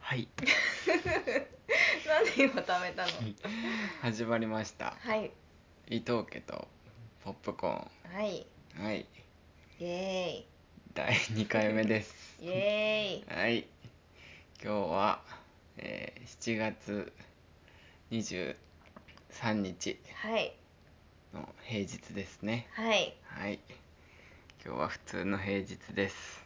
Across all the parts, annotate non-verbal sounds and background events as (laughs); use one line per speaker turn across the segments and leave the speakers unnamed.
はい
なんで今貯めたの
始まりました
はい
伊藤家とポップコー
はい
ンはい
イエ
第2回目です
ーイイエ
はい今日は、えー7月23日
ーイはい
の平日ですね
はい
はい今日は普通の平日です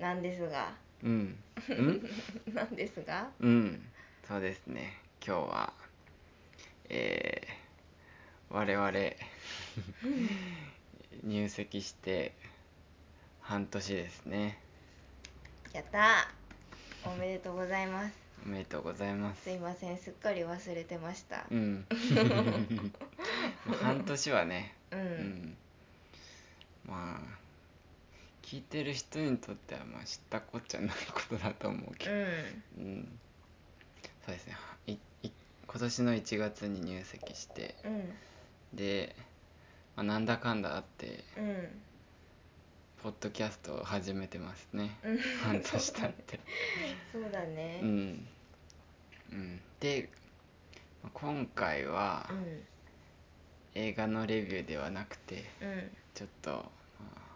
なんですが
うんうん
(laughs) なんですが
うんそうですね今日はえー、我々入籍して半年ですね
やったーおめでとうございます
おめでとうございます
すいませんすっかり忘れてました
うん (laughs) まあ半年はね
うん、
うん、まあ聞いてる人にとってはまあ知ったこっちゃないことだと思うけ
う
ど、
ん
うん、そうですねいい今年の1月に入籍して
うん
で、まあ、なんだかんだあって
うん
ポッドキャストを始めてますね
うん
半年経って
そうだね
う、ん、うん、でまあ今回は
うん
映画のレビューではなくて
うん
ちょっと、まあ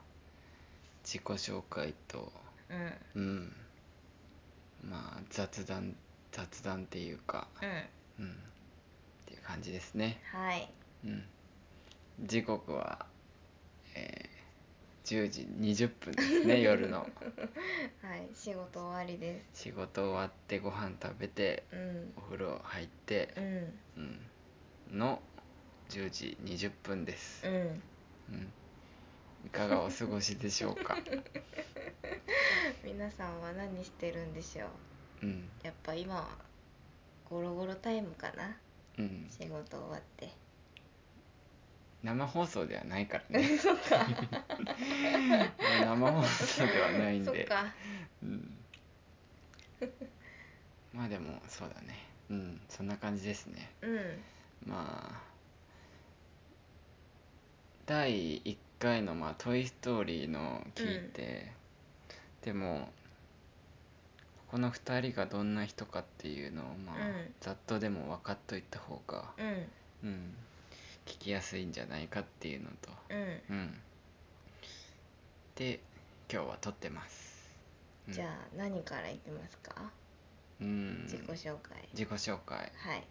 自己紹介と
うんうん
うんまあ雑談雑談っていうかうんっていう感じですね
はい
うん時刻は、えー10時20分です
(laughs)
ね夜の
はい仕事終わりで
仕事終わってご飯食べて
すうん
お風呂入って
う、ん
うん、の10時20分です
う、ん
うん、いかがお過ごしでしょうか、
皆さんは何してるんでしょう
うん
やっぱ今はゴロゴロタイムかな
うん、
仕事終わって
生放送ではないから
(laughs)
ね (laughs) 生放送ではないん
そっ
で
か
うん、まあでもそうだねうんそんな感じですね
うん
まあ第1回の、まあ「トイ・ストーリー」の聞いて、でもこの2人がどんな人かっていうのを、まあ
うん
ざっとでも分かっといた方が、
うん
うん、聞きやすいんじゃないかっていうのと、
うん
うん、で今日は撮ってます、うん、
じゃあ何からいきますか
うん
自己紹介
自己紹介
はい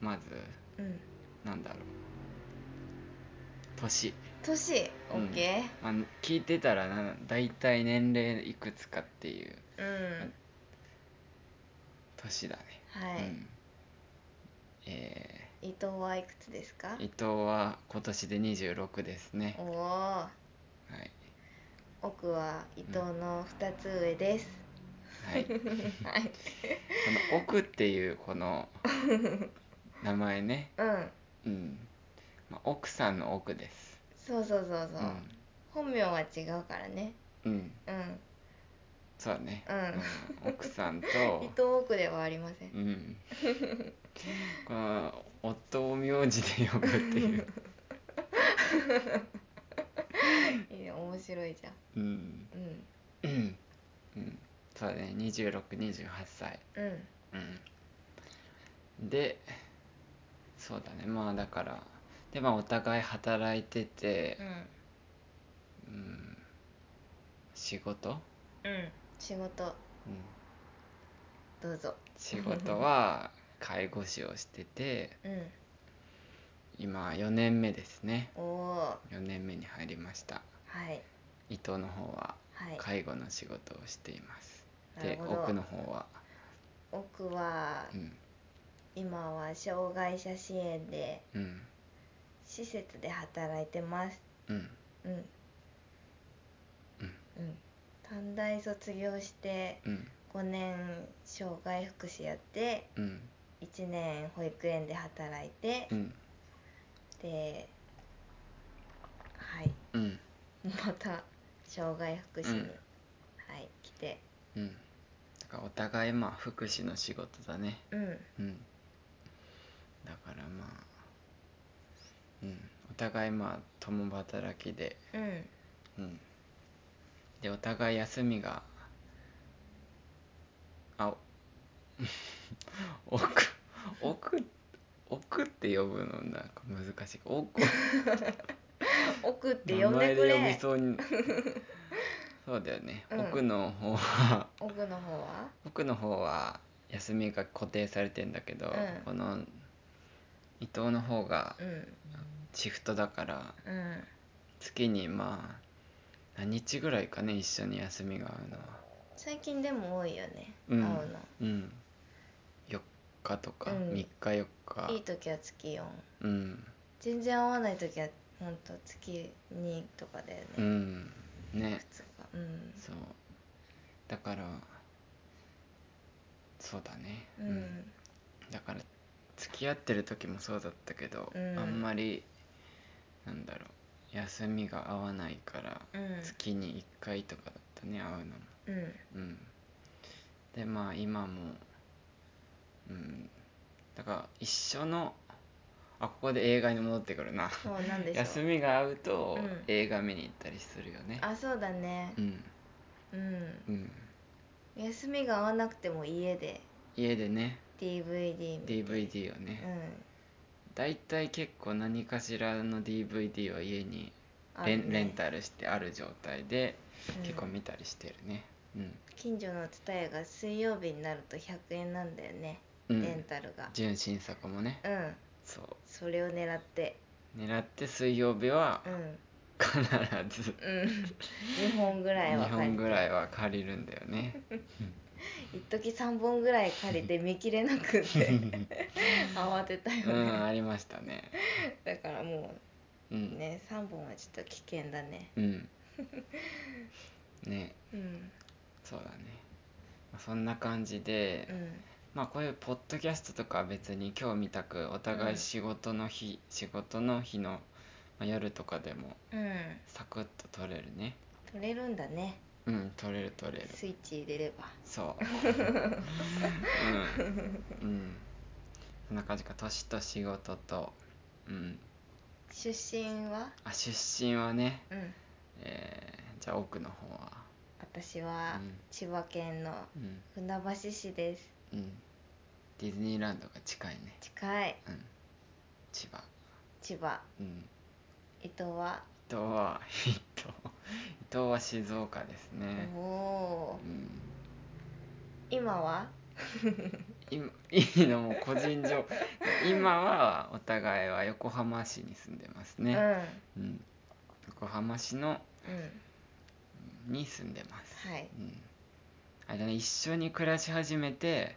まず
うん
なんだろう年
年
うん
OK
あの聞いてたらな大体年齢いくつかっていう
うん
年だね、
は
う
い
んえ
伊藤はいくつですか
ー伊藤は今年で26ですね
お、おー (laughs)
はい
奥は伊藤の2つ上です
はい、こ
はい
の「奥」っていうこの名前ね、
うん
うんまあ、奥さんの奥です
そうそうそうそうう、本名は違うからね
ん、うん、
うん
そうだね、
う
うん奥さんと
(laughs) 伊藤奥ではありません
うんこの夫を名字で呼ぶっていう、
(laughs) いいね面白いじゃん
うん
うん
うん、うんそうだね2628歳、
うん
うん、でそうだねまあだからでまあお互い働いてて
う、ん
うん、仕事、うん、
うん仕事どうぞ
仕事は介護士をしてて
うん
今4年目ですね
おお
4年目に入りました
はい
伊藤の方は
はい
介護の仕事をしています、
なる
で
ほど
奥の方は、
奥は
うん
今は障害者支援で
うん
施設で働いてます
うん
う
う
ん
ん
うん短大卒業して
うん
5年障害福祉やって
うん
1年保育園で働いて
うん
ではい (laughs)
うん
また障害福祉に、
うん
はい来て
うんだからお互いまあ福祉の仕事だね
うん
うんだからまあうんお互いまあ共働きで
うん
うんでお互い休みがあ (laughs) 奥奥奥って呼ぶのなんか難しい奥
奥っ
名
て呼んで
前
く
で呼び
れ
そうにそうだよね、
うん
奥の方は
奥の方は
奥の方は休みが固定されてんだけど、
うん
この伊藤の方が
うん
シフトだから
うん
月にまあ何日ぐらいかね一緒に休みが合うのは
最近でも多いよね、
うん
会うの
うん4日とか、
うん
3日4日
いい時は月4
うん
全然合わない時はほんと月2とかだよね、
うんね
つうかうん
そうだからそうだね
うん、
だから付き合ってる時もそうだったけど、
うん
あんまりなんだろう休みが合わないから、
うん
月に1回とかだったね会うのも
うん
うんでまあ今もうんだから一緒のあここで映画に戻ってくるな
そうなんでしょう
休みが合うと
うん
映画見に行ったりするよね、
あそうだね
うん
うん
うん
休みが合わなくても家で
家でね
DVD 見
DVD をね、
うん
大体結構何かしらの DVD は家に
あ
レ
る
ン,、
ね
レンタルしてある状態で
うん
結構見たりしてるねうん、
近所の蔦屋が水曜日になると100円なんだよね、
うん
レンタルが
純新作もね
うん
そう
それを狙って
狙って水曜日は
うん
必ず
うん2本ぐらいは
2
借り
本
て
ぐらいは借りるんだよ
(laughs)
ね
一時三3本ぐらい借りて見切れな
(laughs)
くって慌てたよ
う
ね、
んありましたね
だからも
う
うんね3本はちょっと危険だね
うんね
うん
そうだねまあそんな感じで、
うん
まあこういうポッドキャストとかは別に今日みたくお互い仕事の日、仕事の日の、まあ、夜とかでも
うん
サクッと撮れるね
取れるんだね
うん撮れる撮れる
スイッチ入れれば
そう (laughs) うん、うん、そんな感じか年と仕事とうん
出身は
あ出身はね
うん
えー、じゃあ奥の方は
私は
うん
千葉県の
うん
船橋市です
うんディズニーランドが近いね
近い
うん千葉
千葉
うん
伊藤は、
伊藤は (laughs) 伊藤伊藤は静岡ですね、
おお
う
ー
ん、
今は
今いいのもう個人情今はお互いは横浜市に住んでますね、うん横浜市の
うんうん
に住んでます、
はい
うん、あれだね一緒に暮らし始めて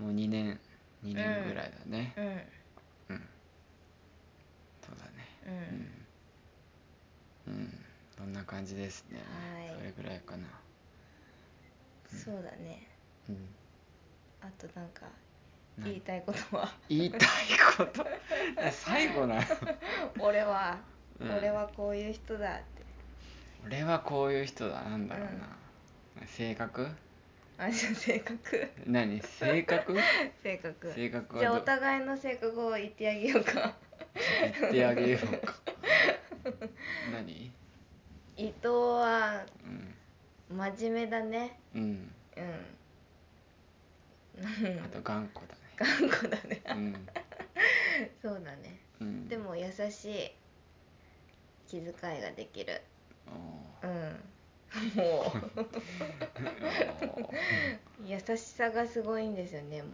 うん
もう2年2年ぐらいだね
うん
うん、そうだね
う
うんん、うん、そんな感じですね
はい
それぐらいかな
そうだね (laughs)
うん
あとなんか
何
言いたいことは (laughs)
言いたいこと最後なの
俺は
うん
俺はこういう人だって
俺はこういう人だなんだろうな、性格
あじゃあ性格
何性
(laughs)
格
性格
性格は
じゃあ
ど
お互いの性格を言ってあげようか (laughs)
言ってあげようか何
伊藤は
うん
真面目だね
うん
うん
あと頑固だね
頑固だね
うん
そうだね
うん
でも優しい気遣いができる
おー
うんも
お
う (laughs) 優しさがすごいんですよねも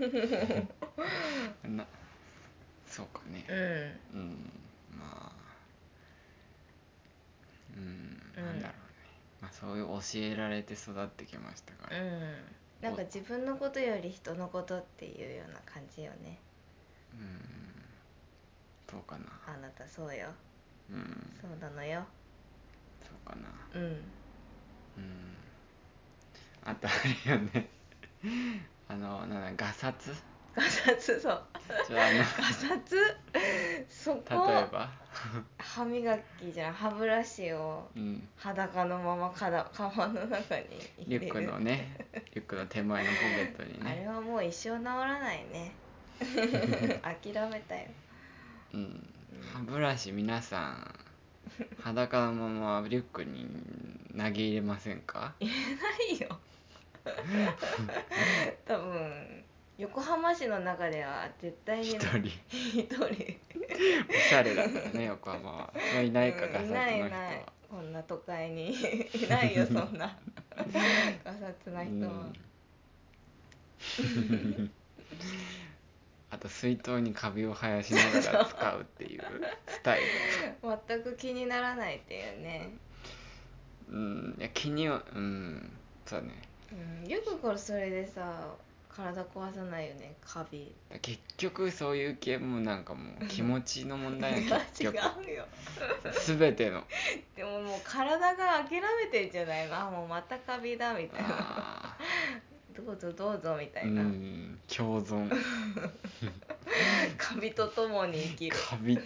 ーなそうかね
ううん
うんまあうん、
うん
なんだろうね、まあ、そういう教えられて育ってきましたか
う
ら、
んなんか自分のことより人のことっていうような感じよね
うん、どうかな
あなたそうよ
うん
そうなのよ
そうかな
うん
うんあとあれよねあのなんだガサツ
ガサツ (laughs) そう
じゃああの
(laughs) ガサツそこ
例えば
歯磨きじゃん歯ブラシを
うん
裸のままかだカバンの中に
リ
入れ
ュッ
る
クのねリュックの手前のポケットに
あれ
ね
はもう一生治らない
(laughs)
ね諦めたよ
うん歯ブラシ皆さん裸のままリュックに投げ入れませんか
ないよ多分横浜市の中では絶対に
一人
一人
おしゃれだからね横浜
(laughs)
はそういないか
うん
ガサツ
い
の
な
人
いい
は
ないこんな都会に (laughs) いないよそんな
(laughs)
ガサツな人
う
は、
んあと水筒にカビを生やしながら使うっていうス
(laughs)
タイル
全く気にならないっていうね、
うんいや気にはうんそうだね
うん、よくこれそれでさ体壊さないよねカビ
結局そういう系もなんかもう気持ちの問
(laughs)
題なの結
違
局
うよ
全ての
でももう体が諦めてんじゃないのあもうまたカビだみたい
(laughs)
な
あ
どうぞどうぞみた
ーう
いな、
ん共存
カビとともに生きる
(laughs) カビって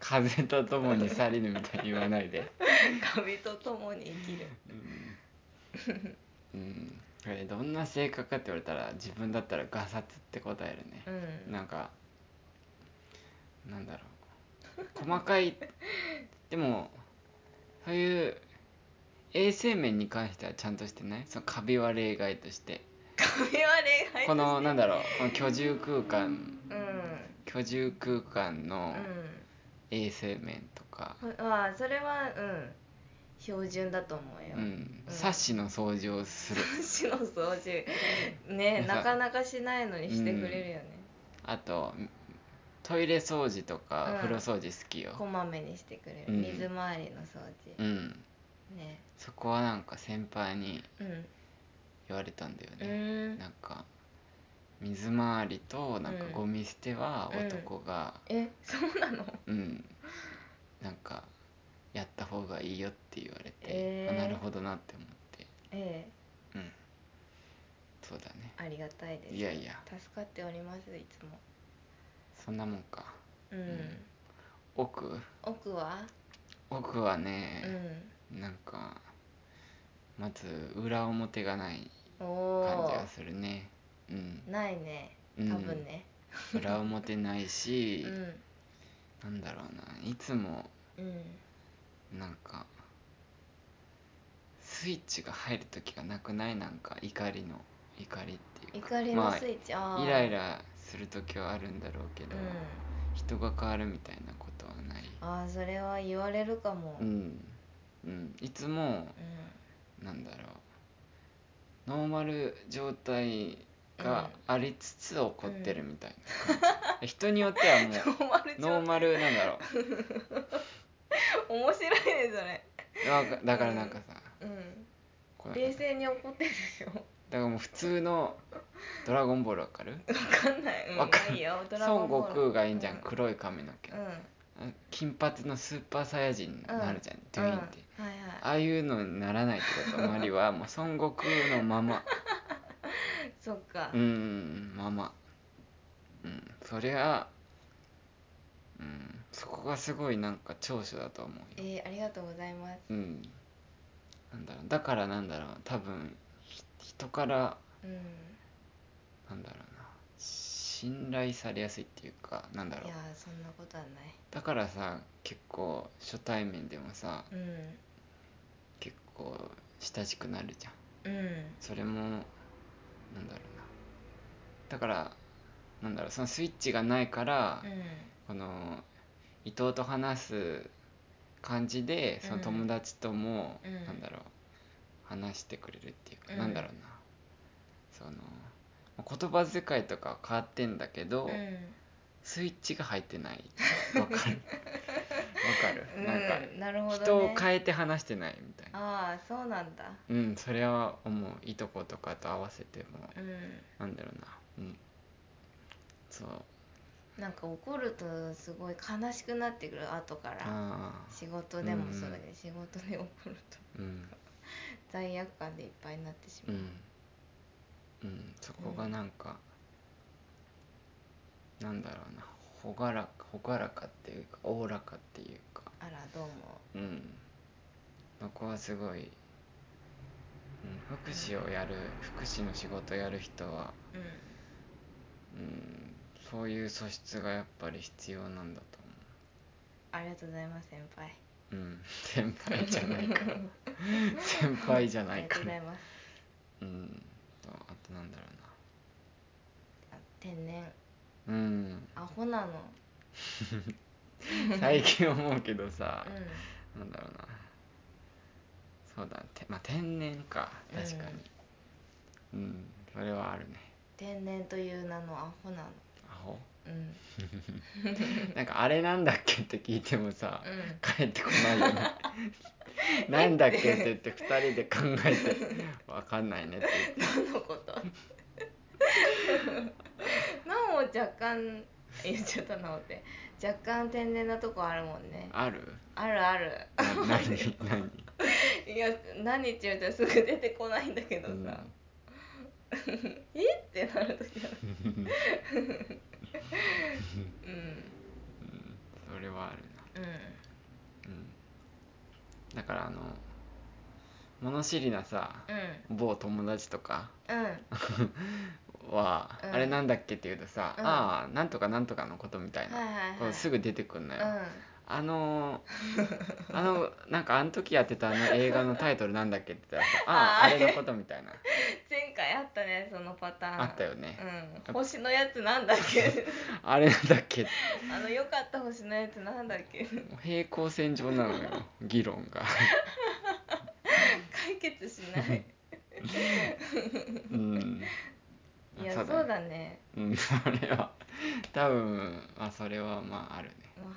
風とともに去りぬみたいに言わないで
カビとともに生きる
うん、うん、これどんな性格かって言われたら自分だったらガサツって答えるね
うん
なんかなんだろう細かいでもそういう衛生面に関してはちゃんとしてないそのカビは例外として
カビは例外
このなんだろうこの居住空間
うん
居住空間の
うん
衛生面とか、
まあそれはうん標準だと思うよ、
うんサッシの掃除をする
私の掃除ね
なん
な
か
かなかしないのにしてくれるよね、
あとトイレ掃除と
う
か
ん
風呂掃除好きよ
こまめにしてくれる、
うん
水回りの掃除、
うん、
ね
そこはなんか先輩に
うん
言われたんだよね、
うーん
なんか水回りとなんか
うん
ゴミ捨ては男が
えそうなの
うん、なんかやった方がいいよって言われて、
え
あ
ー
なるほどなって思って
え
う
え
んそうだね
ありがたいです
いやいや
助かっておりますいつも
そんなもんか
うん、
ん奥
奥は
奥は
う
ね、
ん
なんかまず裏表がない
お
感じ
お
がするねうん
ないね
うん
多分ね
裏表ないし
(laughs) う、ん
なんだろうないつも
うん
なんかスイッチが入る時がなくないなんか怒りの怒りっていうか
怒りのスイッチ、あ
ま
ー、
あ、イライラする時はあるんだろうけ
う
ど、
ん
人が変わるみたいなことはない
ああそれは言われるかも、
う
うん
ん、うん、いつもなんだろうノーマル状態がありつつ起こってるみたいな感
(laughs)
じ、人によってはもう
ノーマルちょ
ノーマルなんだろ
面白いね
うなんかだからなんかさ、
それうん
こう
冷静に怒ってるでしょ
だからもう普通の「ドラゴンボール」わかる
わかんない、うん、
わかん
いいよドラゴ
孫
ンボ
悟
ール
空がいいんじゃん、
うん、
黒い髪の毛、
うん、
金髪のスーパーサイヤ人になるじゃん、ドゥインって、
うん、はい
ああいうのにならないってことマリはもう孫悟空のまま
はいそっか、
うんうんうんままうんそりゃうんそこがすごいなんか長所だと思うよ
えー、ありがとうございます
うんなんだろうだからなんだろう多分ひ人から
うん
なんだろうな信頼されやすいっていうかなんだろ
いうやーそんなことはない
だからさ結構初対面でもさ
うん
結構親しくなるじゃん
うん
それもなんだろうなだからなんだろうそのスイッチがないから、
う
この伊藤と話す感じでその
うん
友達とも、
うん
なんだろう話してくれるっていうか、
うん
なんだろうなその言葉遣いとかは変わってんだけど、
ん
スイッチが入ってないわ
(laughs)
かる
う
わ
ん
かるなんか、
うん、なるほど、ね、
人を変えて話してないみたいな
ああそうなんだ
うんそれは思ういとことかと合わせても
うん
なんだろうなうんそう
なんか怒るとすごい悲しくなってくる後から
ああ
仕事でもそう
うん
だ
う
けど、仕事で怒ると
うん
罪悪感でいっぱいになってし
う
まう、
んうんそこがなんか、なんだろうなほがらほがらかっていうかおおらかっていうか
あらどうも
うんそこはすごい、うん、福祉をやる福祉の仕事やる人は、
うん
うん、そういう素質がやっぱり必要なんだと
ありがとうございます先輩
思ううん先輩じゃないから先輩じゃ
あ
な
り
い
がと
か
うご
ら
ざいます
いうんとあとなんだろ
あ天然
うなうん
アホなの
最近思うけどさ
う、ん
なんだろうなそうだてまあ天然か確かにうん、それはあるね
天然という名のアホなの
アホ (laughs)
うんうん
なんかあれなんだっけって聞いてもさ、帰ってこないよねなんだっけって言って2人で考えてわかんないねって
何のことなお若干言っちゃったなおって若干天然なとこあるもんね
ある
あるある
な何何
いや何って言うとすぐ出てこないんだけどさ、
うん
えってなるときあるうん
うんそれはある
う
なうんだからあの物知りなさ
ん
某友達とか
うん
は、
うん
あれなんだっけって言うとさ、
うん
ああなんとかなんとかのことみたいな、
はいはい
こ
は
う
い
すぐ出てくんのよ、
う
あのーあのなんかあの時やってたあの映画のタイトルなんだっけって言ったらさああ
(laughs) あ
あ
ー
れのことみたいな
ん前回あったねそのパターン
あったよね
うん星のやつなんだっけ (laughs)
あれなんだっけ
あの良かった星のやつなんだっけ
平行線上
(laughs)
なのよ議論が
解決しない
うん
いや
ま
そ
あ
うだね
うんそれは多分まあそれはまああるね
もう